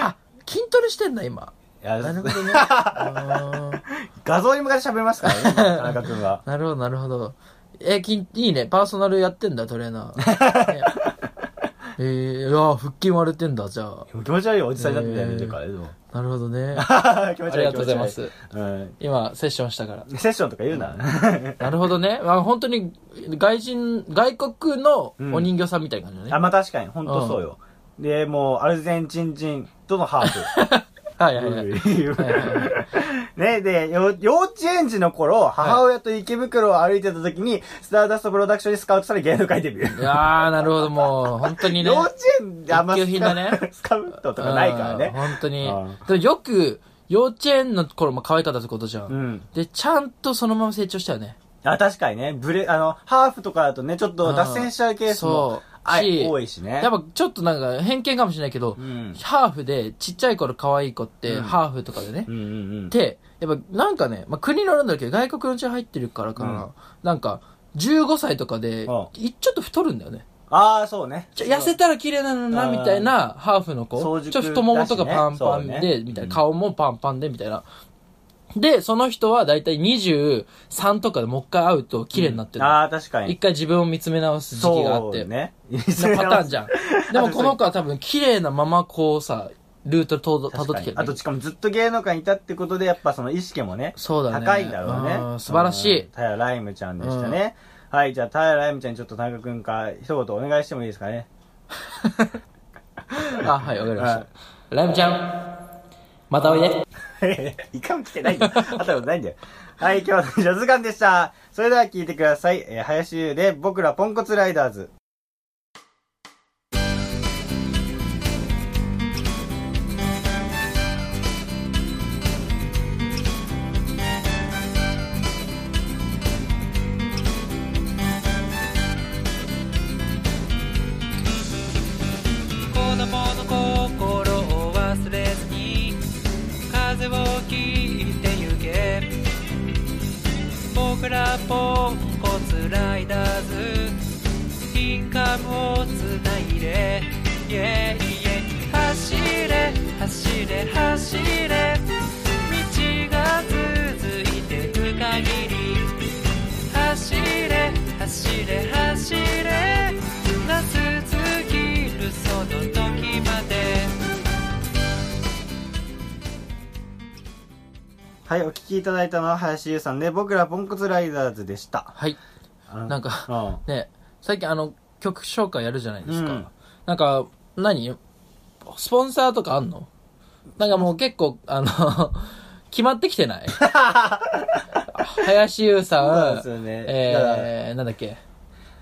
Speaker 2: あ、筋トレしてんだ今。
Speaker 1: いや
Speaker 2: なるほどね。あー
Speaker 1: 画像に向かって喋りますからね、今田中君は。
Speaker 2: なるほど、なるほど。え、筋、いいね。パーソナルやってんだ、トレーナー。 ねえー、いやー腹筋割れてんだ、じゃあ。
Speaker 1: 気持ち悪いおじさんになってたよね、とから、でも。
Speaker 2: なるほどね。
Speaker 1: 気持ち悪い。
Speaker 2: ありがとうございます。
Speaker 1: 気持ち悪い。うん
Speaker 2: 今、セッションしたから。
Speaker 1: セッションとか言うな。
Speaker 2: なるほどね。あ本当に、外人、外国のお人形さんみたいな感じだ
Speaker 1: あ、
Speaker 2: ね。
Speaker 1: まあ確かに、ほんとそうよ。で、もう、アルゼンチン人とのハーフ。
Speaker 2: はいはいはい。
Speaker 1: ね、で、よ幼稚園児の頃、母親と池袋を歩いてた時に、スターダストプロダクションにスカウトされ芸能界デビュー
Speaker 2: い。やー、なるほど、もう、本当にね。
Speaker 1: 幼稚園であんま
Speaker 2: 一級
Speaker 1: ス
Speaker 2: 品
Speaker 1: カ,、
Speaker 2: だね
Speaker 1: スカウトとかないから
Speaker 2: うん
Speaker 1: ね。
Speaker 2: 本当に
Speaker 1: うん。
Speaker 2: でもよく、幼稚園の頃も可愛かったってことじゃん。
Speaker 1: うん。
Speaker 2: で、ちゃんとそのまま成長したよね。
Speaker 1: あ、確かにね、ブレ、あの、ハーフとかだとね、ちょっと脱線しちゃうケース
Speaker 2: うんそ
Speaker 1: も
Speaker 2: う、
Speaker 1: あ
Speaker 2: し
Speaker 1: 多いしね。
Speaker 2: やっぱちょっとなんか偏見かもしれないけど
Speaker 1: う、ん。
Speaker 2: ハーフで、ちっちゃい頃可愛い子って、
Speaker 1: うん
Speaker 2: ハーフとかでね
Speaker 1: う。んうんうん。
Speaker 2: で、やっぱなんかね、まあ、国によるんだけど、外国の血入ってるからか
Speaker 1: うん
Speaker 2: な。なんか、15歳とかで、
Speaker 1: うん
Speaker 2: いちょっと太るんだよね。
Speaker 1: ああ、そうね。
Speaker 2: ちょ痩せたら綺麗なのな、
Speaker 1: うん
Speaker 2: みたいな、ハーフの子。
Speaker 1: 早熟
Speaker 2: ちょ、太ももとか
Speaker 1: だしね
Speaker 2: パンパン
Speaker 1: そう
Speaker 2: で、
Speaker 1: ね
Speaker 2: みたいな。
Speaker 1: うん
Speaker 2: 顔もパンパンで、みたいな。で、その人はだいたい23とかでもう一回会うと綺麗になってるの。
Speaker 1: ああ、確か
Speaker 2: 一
Speaker 1: に。
Speaker 2: 回自分を見つめ直す時期があって。
Speaker 1: そうね。
Speaker 2: なパターンじ
Speaker 1: ゃん。
Speaker 2: ゃん。でもこの子は多分綺麗なままこうさ、ルートとたどってきてるね、
Speaker 1: あと、しかもずっと芸能界にいたってことで、やっぱその意識もね、
Speaker 2: そうだね。
Speaker 1: 高いんだろうね
Speaker 2: ん。素晴らし
Speaker 1: うん
Speaker 2: い。
Speaker 1: タヤライムちゃんでしたね。はい、じゃあ、平あゆみちゃんにちょっと田中くんから一言お願いしてもいいですかね。
Speaker 2: あ、はい、わかりまし
Speaker 1: は
Speaker 2: た。ライムちゃん、またおいで。
Speaker 1: いかも来てないんだよ。あたことないんだよ。はい、今日のジャズ感でした。それでは聞いてください。えー、林優で僕らポンコツライダーズ。
Speaker 3: 子供の心を忘れずに風を切ってゆけ僕らポンコツライダーズインカムをつないで Yeah, yeah 走れ走れ走れ道が続いてく限り走れ走れ走れなすすぎるその時まで
Speaker 1: はい、お聞きいただいたのは林優さんで僕らポンコツライダーズでした。
Speaker 2: はい。
Speaker 1: あ
Speaker 2: なんか、
Speaker 1: うん。
Speaker 2: ね、最近あの、曲紹介やるじゃないですか。
Speaker 1: うん
Speaker 2: なんか、何スポンサーとかあんのなんかもう結構、あの、 決まってきてない 林優
Speaker 1: そうなんで
Speaker 2: さん
Speaker 1: す、よね
Speaker 2: えー、なんだっけ、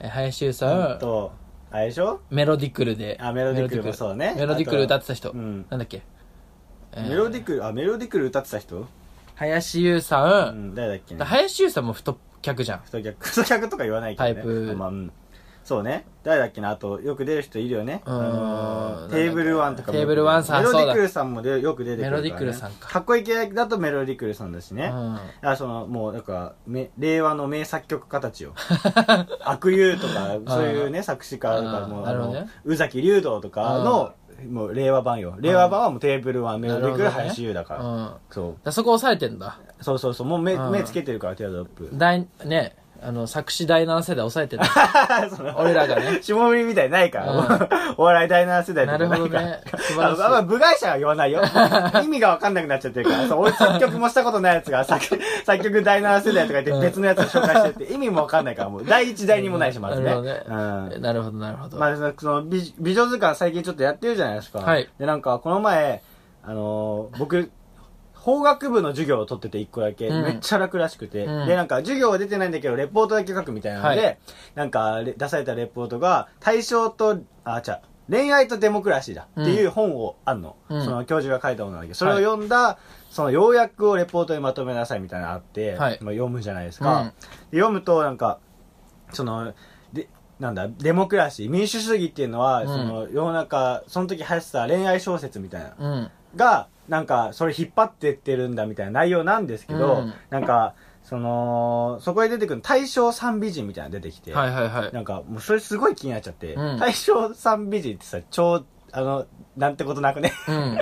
Speaker 2: えー林
Speaker 1: う
Speaker 2: 優
Speaker 1: ん
Speaker 2: さん、
Speaker 1: と、あれでしょ
Speaker 2: メロディクルで。
Speaker 1: あメロディクルもそうね
Speaker 2: メロディク
Speaker 1: あ
Speaker 2: ル
Speaker 1: と
Speaker 2: 歌
Speaker 1: は
Speaker 2: ってた人。
Speaker 1: うん
Speaker 2: なんだっけ、えー
Speaker 1: メロディクル、あ、メロディクル歌ってた人
Speaker 2: 林優
Speaker 1: う
Speaker 2: さん、
Speaker 1: ん、誰だっけね。
Speaker 2: 林優さんも太客じゃん。
Speaker 1: 太客、 太客とか言わないけどね。
Speaker 2: タイプ
Speaker 1: まあうんそうね。誰だっけなあと、よく出る人いるよね。
Speaker 2: うーん
Speaker 1: あのテーブルワンとかも
Speaker 2: テーブルワンさん
Speaker 1: メロデ
Speaker 2: そ
Speaker 1: ィ
Speaker 2: うだ
Speaker 1: クルさんもでよく出てくるからね
Speaker 2: メロディクルさんか
Speaker 1: かっこいい系だとメロディクルさんだし
Speaker 2: う
Speaker 1: ね。
Speaker 2: ん。
Speaker 1: あそのもうなんかめ令和の名作曲家たちを悪友と かそういうね作詞家とか
Speaker 2: うん
Speaker 1: もう
Speaker 2: な
Speaker 1: あ
Speaker 2: るほど
Speaker 1: の
Speaker 2: ね
Speaker 1: 宇崎竜童とかのもう令和版よ令和版はもうテーブルワンメロディクル
Speaker 2: なるほどね
Speaker 1: 林優だか
Speaker 2: う
Speaker 1: ら、
Speaker 2: ん。だか
Speaker 1: そう
Speaker 2: らそこ抑えてんだ。
Speaker 1: そうそうそうもう目,、
Speaker 2: うん
Speaker 1: 目つけてるからティアドロップ
Speaker 2: 第、ね、あの、作詞第7世代抑えてた。
Speaker 1: その
Speaker 2: 俺らがね。
Speaker 1: 下振りみたいにないから、 お笑い第7世代と
Speaker 2: な
Speaker 1: か
Speaker 2: る
Speaker 1: な
Speaker 2: ほ
Speaker 1: い
Speaker 2: ど
Speaker 1: から
Speaker 2: ね。素晴
Speaker 1: あ
Speaker 2: ら
Speaker 1: の
Speaker 2: し
Speaker 1: まあまあ、
Speaker 2: い。
Speaker 1: 部外者は言わないよ。 意味がわかんなくなっちゃってるから、そう俺作曲もしたことないやつが 作、作曲第7世代とか言って別のやつを紹介してって、意味もわかんないから、もう第1、第2もないし、まずね。
Speaker 2: なる
Speaker 1: う
Speaker 2: ほ
Speaker 1: ん
Speaker 2: どね。なるほど、なるほど。
Speaker 1: まあ、そのその美美女図鑑最近ちょっとやってるじゃないですか。
Speaker 2: はい
Speaker 1: で、なんか、この前、あのー僕、法学部の授業を取ってて一個だけ、
Speaker 2: うん
Speaker 1: めっちゃ楽らしくて、
Speaker 2: うん
Speaker 1: で、なんか授業は出てないんだけど、レポートだけ書くみたいなので、
Speaker 2: はい
Speaker 1: なんかレ出されたレポートが、対象と、あ、違う、恋愛とデモクラシーだっていう本をあんの、
Speaker 2: うん
Speaker 1: その教授が書いたものなんだけど、それを読んだ、その要約をレポートにまとめなさいみたいなのあって、
Speaker 2: はい
Speaker 1: まあ、読むじゃないです
Speaker 2: うん
Speaker 1: か。で読むと、なんか、そのでなんだデモクラシー民主主義っていうのは、
Speaker 2: うん
Speaker 1: その世の中その時流行ってた恋愛小説みたいな
Speaker 2: うん。
Speaker 1: がなんかそれ引っ張ってってるんだみたいな内容なんですけど、
Speaker 2: うん
Speaker 1: なんかそのそこで出てくる大正三美人みたいなの出てきて、
Speaker 2: はいはいはい。
Speaker 1: なんかもうそれすごい気になっちゃって、
Speaker 2: うん
Speaker 1: 大正三美人ってさ超あのなんてことなくね
Speaker 2: うん。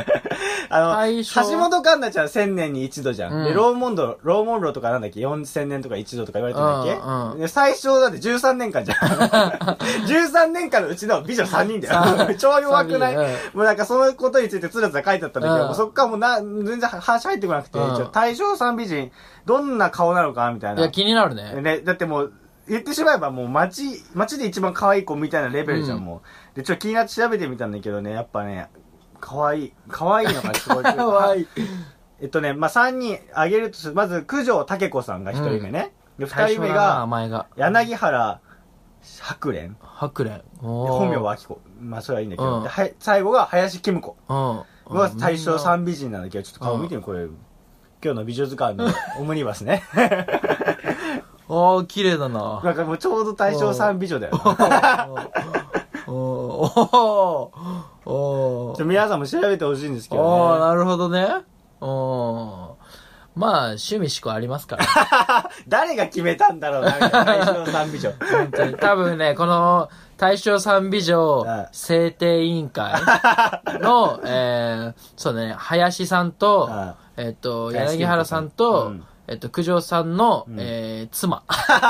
Speaker 1: あの
Speaker 2: 大正
Speaker 1: 橋本環奈ちゃん1000年に一度じゃん、
Speaker 2: うん
Speaker 1: でローモンドローモンローとかなんだっけ4000年とか一度とか言われてるんだっけ、
Speaker 2: うんうん
Speaker 1: で最初だって13年間じゃん 13年間のうちの美女3人だよ超弱くない
Speaker 2: うん
Speaker 1: もうなんかそのことについてつらつら書いてあったんだけど、
Speaker 2: うん
Speaker 1: もうそっからもうな全然話入ってこなくて、
Speaker 2: うん
Speaker 1: ちょ大正三美人どんな顔なのかみたい
Speaker 2: い
Speaker 1: な
Speaker 2: や、気にな るね。
Speaker 1: ね、だってもう、言ってしまえばもう街、街で一番可愛い子みたいなレベルじゃん、
Speaker 2: うん
Speaker 1: もう。で、ちょっと気になって調べてみたんだけどね、やっぱね、可愛い、可愛いのがすごい。
Speaker 2: 可愛い。
Speaker 1: えっとね、まあ、3人挙げるとする、まず、九条武子さんが1人目ね。で、2
Speaker 2: 最
Speaker 1: 人
Speaker 2: 初
Speaker 1: 目
Speaker 2: だな名
Speaker 1: が、
Speaker 2: 前が。
Speaker 1: 柳原白蓮。で
Speaker 2: 白蓮。おー
Speaker 1: 本名は明子。まあ、それはいいんだけ
Speaker 2: う
Speaker 1: ど。
Speaker 2: ん
Speaker 1: ではい最後が、林kim子。
Speaker 2: うん。
Speaker 1: は大正三美人なんだけど、ちょっと顔見てみ、これ。今日の美女図鑑のオムニバスね。
Speaker 2: おー、綺麗だな。
Speaker 1: なんかもうちょうど大正三美女だよな。
Speaker 2: おーおーお
Speaker 1: ち
Speaker 2: ー
Speaker 1: ょ皆さんも調べてほしいんですけ
Speaker 2: おー
Speaker 1: どね。
Speaker 2: なるほどね。おーまあ、趣味思考ありま すから。
Speaker 1: 誰が決めたんだろうな、みたいな大正三美女。
Speaker 2: 本当に多分ね、この、大正三美女
Speaker 1: はい
Speaker 2: 制定委員会 の、えー、そうね、林さんと
Speaker 1: は、
Speaker 2: えっと、
Speaker 1: 林
Speaker 2: 柳原さん
Speaker 1: う
Speaker 2: と
Speaker 1: ん、
Speaker 2: えっと、九条さんの、えー、妻。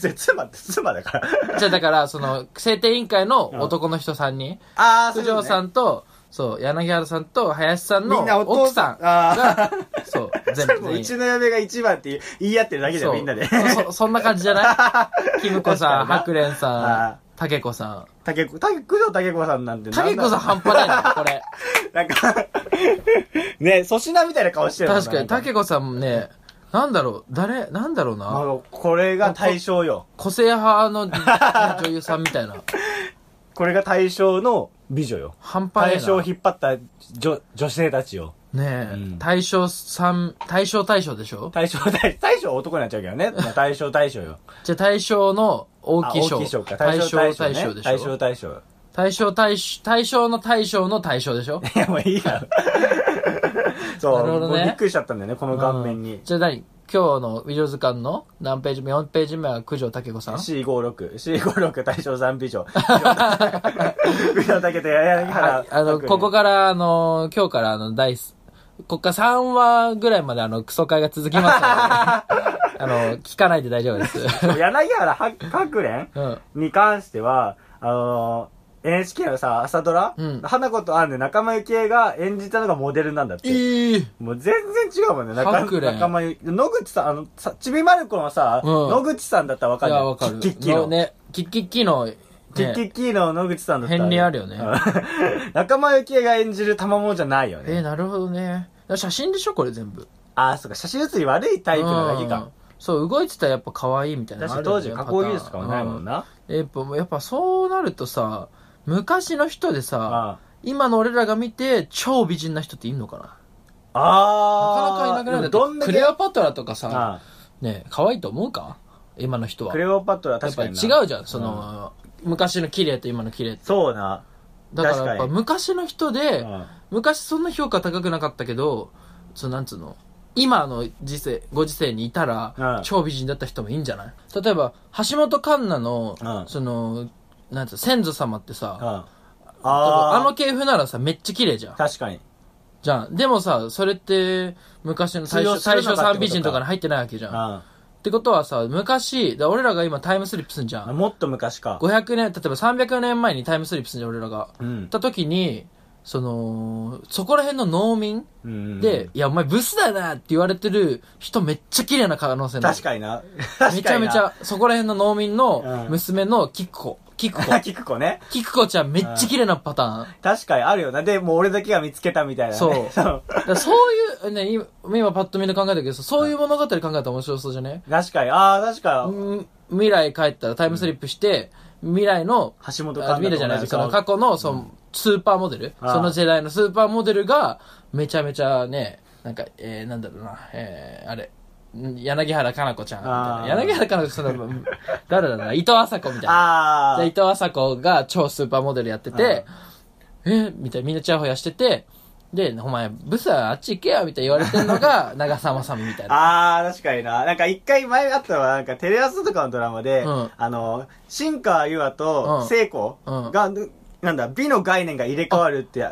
Speaker 1: それ妻って妻だから。
Speaker 2: じゃあだから、その、制定委員会の男の人さんに、
Speaker 1: あ
Speaker 2: 九条さんと、そう、柳原さんと林さんの
Speaker 1: みんなお父
Speaker 2: 奥さ
Speaker 1: さん
Speaker 2: んが、そう、全
Speaker 1: それ
Speaker 2: 部
Speaker 1: も
Speaker 2: 全
Speaker 1: う
Speaker 2: 員。
Speaker 1: ちの嫁が一番って言い合ってるだけじゃん、みんなで。
Speaker 2: そうそそんな感じじ ゃないキムコさん、
Speaker 1: 確かにな
Speaker 2: 白蓮
Speaker 1: あ
Speaker 2: さ
Speaker 1: あ
Speaker 2: ん、タケコさ
Speaker 1: 竹子、竹子さん、竹子さんなんて
Speaker 2: ん。
Speaker 1: なんだ
Speaker 2: タ
Speaker 1: ろ
Speaker 2: ケ
Speaker 1: う
Speaker 2: コさん半端ないな、これ。
Speaker 1: なんか、ね、粗品みたいな顔してるもんな
Speaker 2: 確かに、
Speaker 1: なん
Speaker 2: タケコさんもね、なんだろう、誰、なんだろう
Speaker 1: あ
Speaker 2: な。
Speaker 1: の、これが対象よ。
Speaker 2: 個性派の女優さんみたいな。
Speaker 1: これが対象の美女よ。
Speaker 2: 半端
Speaker 1: 対
Speaker 2: ない
Speaker 1: 象を
Speaker 2: な。
Speaker 1: 引っ張った女、女性たちよ。
Speaker 2: ねえ、
Speaker 1: うん
Speaker 2: 大正さん、大正大正でしょ
Speaker 1: 対象対、対象は男になっちゃうけど ね。まあ対象対象よ。
Speaker 2: じゃあ大正の大
Speaker 1: あ
Speaker 2: きい賞。
Speaker 1: 大きい賞か。
Speaker 2: 大
Speaker 1: 対
Speaker 2: 正
Speaker 1: 象
Speaker 2: 大
Speaker 1: 対
Speaker 2: 正
Speaker 1: 象、ね。
Speaker 2: で
Speaker 1: 対
Speaker 2: し
Speaker 1: 象
Speaker 2: ょ
Speaker 1: 対象。
Speaker 2: 大正大正、大正の大正の大正でしょ
Speaker 1: いや、もういい やろ。そ
Speaker 2: なるほ
Speaker 1: う、
Speaker 2: ど
Speaker 1: も
Speaker 2: ね
Speaker 1: うびっくりしちゃったんだよね、この 顔面に。
Speaker 2: じゃあ何今日の美女図鑑の何ページ目 ?4 ページ目は九条武子さん
Speaker 1: C56、C56 大正三美女。 美女だけで、柳
Speaker 2: は
Speaker 1: 原
Speaker 2: い。あの、ここ
Speaker 1: が。
Speaker 2: から、あの、今日から、あの、第す、ここから3話ぐらいまで、あの、クソ会が続き ますので、あの、聞かないで大丈夫です。
Speaker 1: 柳原白蓮
Speaker 2: うん。
Speaker 1: に関しては、あのー、NHK のさ、朝ドラ、
Speaker 2: うん
Speaker 1: 花子とアンで仲間由紀恵が演じたのがモデルなんだって。
Speaker 2: ええ
Speaker 1: もう全然違うもんね。仲
Speaker 2: 白蓮
Speaker 1: 仲間由紀野口さん、あの、さちびまる子のさ、
Speaker 2: うん
Speaker 1: 野口さんだったらわか
Speaker 2: い
Speaker 1: る
Speaker 2: や、わかる。
Speaker 1: キッキーの。
Speaker 2: のね、キッキッキーの、ね、
Speaker 1: キッキッキーの野口さんだったら。
Speaker 2: 片鱗あるよね
Speaker 1: うん。 仲間由紀恵が演じる賜物じゃないよ
Speaker 2: えー
Speaker 1: ね。
Speaker 2: なるほどね。写真でしょこれ全部。
Speaker 1: ああ、そうか、写真写り悪いタイプなだけ
Speaker 2: う
Speaker 1: か
Speaker 2: ん。。そう、動いてたらやっぱ可愛いみたいな
Speaker 1: 確
Speaker 2: の
Speaker 1: か
Speaker 2: ある
Speaker 1: に
Speaker 2: よね
Speaker 1: 当時加工技術とかもないもん。な。
Speaker 2: パターンうんやっぱ、やっぱそうなるとさ、昔の人で
Speaker 1: あ
Speaker 2: さ、今の俺らが見て、超美人な人っていんのかなな
Speaker 1: あ
Speaker 2: か
Speaker 1: ー。
Speaker 2: なかいなくないだって
Speaker 1: どんだ
Speaker 2: ク
Speaker 1: け。
Speaker 2: レオパトラとかさ、
Speaker 1: あ
Speaker 2: ね、可愛いと思うか今の人
Speaker 1: あ
Speaker 2: は。
Speaker 1: ク
Speaker 2: や
Speaker 1: レオパトラ
Speaker 2: っ
Speaker 1: 確
Speaker 2: ぱ
Speaker 1: か
Speaker 2: り
Speaker 1: にな。
Speaker 2: 違うじゃん、その、昔の綺麗と今の綺麗。
Speaker 1: そうな。
Speaker 2: だから
Speaker 1: 確か
Speaker 2: や
Speaker 1: に
Speaker 2: っぱ昔の人で、
Speaker 1: うん
Speaker 2: 昔そんな評価高くなかったけど、そのなんつうの、今の時世、ご時世にいたら
Speaker 1: う、ん
Speaker 2: 超美人だった人もいいんじゃない例えば、橋本環奈の
Speaker 1: う、ん
Speaker 2: その、なんつうの先祖様って
Speaker 1: うん
Speaker 2: さ、
Speaker 1: あ
Speaker 2: あ
Speaker 1: あ
Speaker 2: の系譜ならさ、めっちゃ綺麗じゃん。
Speaker 1: 確かに。
Speaker 2: じゃん。でもさ、それって、昔の
Speaker 1: 通
Speaker 2: 大正
Speaker 1: 用
Speaker 2: 大
Speaker 1: するのかっ
Speaker 2: 正
Speaker 1: てことか
Speaker 2: 三美人とかに入ってないわけじゃん。
Speaker 1: う
Speaker 2: ってことはさ、昔、だ俺らが今タイムスリップすんじゃ
Speaker 1: ん。
Speaker 2: ん。
Speaker 1: もっと昔か。
Speaker 2: 500年、例えば300年前にタイムスリップすんじゃん、俺らが。
Speaker 1: うん
Speaker 2: 行っ。た時に、その、そこら辺の農民
Speaker 1: うんうん
Speaker 2: で、、いや、お前ブスだなって言われてる人めっちゃ綺麗な可能性なの
Speaker 1: 確かにな。
Speaker 2: めちゃめちゃ、そこら辺の農民の
Speaker 1: うん
Speaker 2: 娘のキクコ。キ ク
Speaker 1: 確かに。
Speaker 2: コ
Speaker 1: な。キクコね。
Speaker 2: キクコちゃんめっちゃ綺麗なパターン。
Speaker 1: 確かにあるよな。で、もう俺だけが見つけたみたいなね。
Speaker 2: そう
Speaker 1: そう。
Speaker 2: だからそういう、ね、今今パッと見で考えたけど、そういう物語考えたら面白そうじゃね
Speaker 1: 確かに。ああ、確か。
Speaker 2: うん未来帰ったらタイムスリップして、未来の、
Speaker 1: 橋本環
Speaker 2: あ
Speaker 1: 奈
Speaker 2: 未来じゃない、
Speaker 1: と同じ
Speaker 2: そ
Speaker 1: 顔
Speaker 2: の過去の、その、スーパーモデル、
Speaker 1: ああ
Speaker 2: その世代のスーパーモデルが、めちゃめちゃね、なんか、えー、なんだろうな、えー、あれ、ん柳原加奈子ちゃんみたいな。
Speaker 1: ああ
Speaker 2: 柳原加奈子、その、うん誰だろうな、伊藤麻子みたいな。
Speaker 1: あ
Speaker 2: で伊
Speaker 1: あ。
Speaker 2: 藤麻子が超スーパーモデルやってて、えみたいな、みんなチヤホヤしてて、で、お前、ブスはあっち行けよみたいな言われてん のが、長澤まさみみたいな。
Speaker 1: ああ、確かにな。なんか一回前あったのは、なんかテレ朝とかのドラマで、
Speaker 2: うん
Speaker 1: あの、新川優愛
Speaker 2: うん
Speaker 1: と聖子が、なんだ、美の概念が入れ替わるって、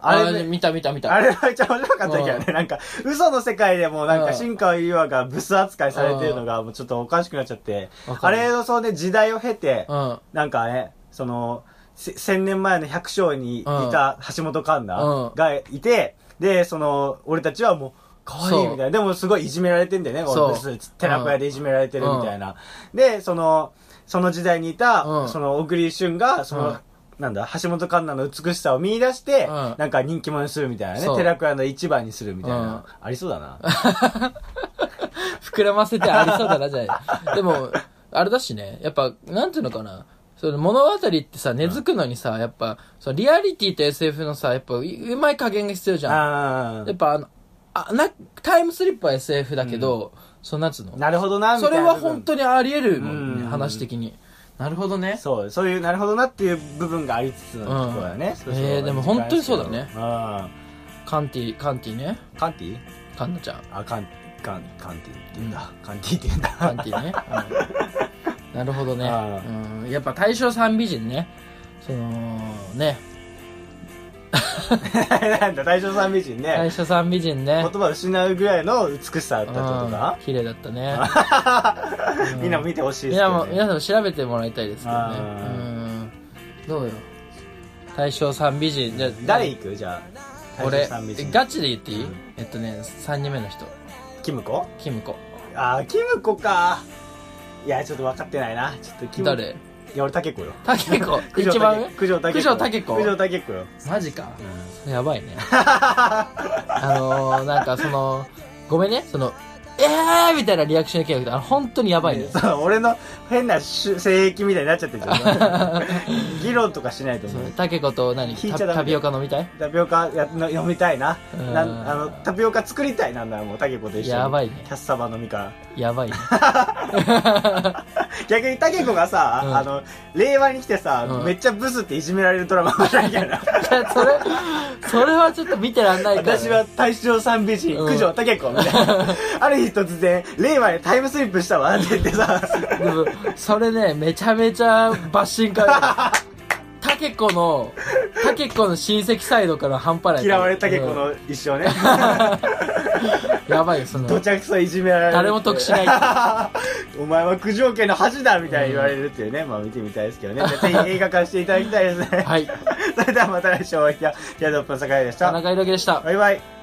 Speaker 1: あれ、ね、
Speaker 2: 見た見た見た。
Speaker 1: あれめっちゃ面白かったけどね、
Speaker 2: う
Speaker 1: なんか、嘘の世界でもなん
Speaker 2: う
Speaker 1: か
Speaker 2: ん
Speaker 1: 新川優愛がブス扱いされてるのが、もうちょっとおかしくなっちゃって、
Speaker 2: わか
Speaker 1: あ
Speaker 2: る
Speaker 1: れのそうね、時代を経て、
Speaker 2: うん。
Speaker 1: なんかね、その、せ千年前の百姓にいた橋本環
Speaker 2: うん
Speaker 1: 奈がいて、で、その、俺たちはもう、可愛いみたいな。でもすごいいじめられてんだよね、
Speaker 2: そう
Speaker 1: 俺たち寺子屋でいじめられてるみたいな。で、その、その時代にいた、
Speaker 2: うん
Speaker 1: その、小栗旬が、その、
Speaker 2: うん
Speaker 1: なんだ、橋本環奈の美しさを見出して、
Speaker 2: うん
Speaker 1: なんか人気者にするみたいな
Speaker 2: そう
Speaker 1: ね。寺子屋の一番にするみたいな。
Speaker 2: うん
Speaker 1: ありそうだな。
Speaker 2: 膨らませてありそうだな、じ ゃない。でも、あれだしね、やっぱ、なんていうのかな。その物語ってさ、根付くのにさ、やっぱ、そのリアリティと SF のさ、やっぱ、ううまい加減が必要じゃん。
Speaker 1: あ
Speaker 2: やっぱ、あの、あな、タイムスリップは SF だけど、そのなんつうの
Speaker 1: ーなるほどな、みた
Speaker 2: そ
Speaker 1: いな
Speaker 2: れ
Speaker 1: 部分。
Speaker 2: は本当にあり得るもんね、
Speaker 1: うん
Speaker 2: 話的に。なるほどね。
Speaker 1: そう、そういう、なるほどなっていう部分がありつつのところだね。
Speaker 2: うんえーでも本当にそうだね
Speaker 1: う
Speaker 2: カンティ、カンティね。
Speaker 1: ん。カンティ
Speaker 2: カン ナちゃん。
Speaker 1: あ、カン、カン、カンティって言うんだ。カンティって言うん
Speaker 2: カ
Speaker 1: だ。
Speaker 2: ンティね。うんなるほどね。
Speaker 1: あ
Speaker 2: うん、やっぱ大正三美人ね。その、ね。
Speaker 1: なんだ、 大正三美人
Speaker 2: 大
Speaker 1: ね。
Speaker 2: 正三美人ね
Speaker 1: 言。葉を失うぐらいの美しさだったってこと
Speaker 2: う
Speaker 1: か
Speaker 2: ん綺麗だったね。
Speaker 1: みんなも見てほしいですけ
Speaker 2: みんなも、
Speaker 1: ど
Speaker 2: 皆
Speaker 1: ね。
Speaker 2: さんも調べてもらいたいですけどね。
Speaker 1: あ
Speaker 2: うん。どうよ。大正三美人じゃあ
Speaker 1: 誰行くじゃあ。
Speaker 2: 俺
Speaker 1: 大正さん
Speaker 2: ガチで言っていい、えっとね3人目の人
Speaker 1: キムコ
Speaker 2: キムコ
Speaker 1: あー、キムコか。いや、ちょっと分かってないな。ちょっとキム
Speaker 2: 誰
Speaker 1: いや、俺タケコよ。
Speaker 2: タケコ
Speaker 1: 九条
Speaker 2: 一番
Speaker 1: タケ九条タケ
Speaker 2: 九条タケコ
Speaker 1: 九条タケコよ。
Speaker 2: マジか
Speaker 1: う、ん
Speaker 2: やば いねあのー、なんかそのごめんねそのえーみたいなリアクションできなくてあの本当にやばいね
Speaker 1: そう俺の変なしゅ性癖みたいになっちゃってるじゃん 議論とかしないと
Speaker 2: そ
Speaker 1: 思
Speaker 2: の
Speaker 1: う
Speaker 2: タケコと何
Speaker 1: 聞いちゃダ
Speaker 2: タ
Speaker 1: メだよ
Speaker 2: タピオカ飲みたい
Speaker 1: タピオカやの飲みたいな
Speaker 2: うん
Speaker 1: なんあのタピオカ作りたいなんだもうタケコと一緒に
Speaker 2: やばいね
Speaker 1: キャッサバ飲みか
Speaker 2: やばいね
Speaker 1: 逆にタケコがさ、
Speaker 2: うん
Speaker 1: あの令和に来てさ、
Speaker 2: うん
Speaker 1: めっちゃブスっていじめられるドラマみたいな
Speaker 2: いやそれそれはちょっと見てらんないから
Speaker 1: 私は大正三美人、
Speaker 2: うん
Speaker 1: 九条タケコみたい なある日突然令和でタイムスリップしたわって言って さ
Speaker 2: でもそれねめちゃめちゃバッシングからタケコのタケコの親戚サイドから半端ない
Speaker 1: 嫌われタケコの一生 ね、
Speaker 2: うんやばいよその
Speaker 1: どちゃくそいじめられる
Speaker 2: 誰も得しない
Speaker 1: お前は九条家の恥だみたいに言われるっていうね、まあ見てみたいですけどねぜひ映画化していただきたいですね
Speaker 2: はい
Speaker 1: それではまた来週お会いしましょうティアドロップの酒井でし
Speaker 2: 田
Speaker 1: た
Speaker 2: 中裕樹でした
Speaker 1: バイバイ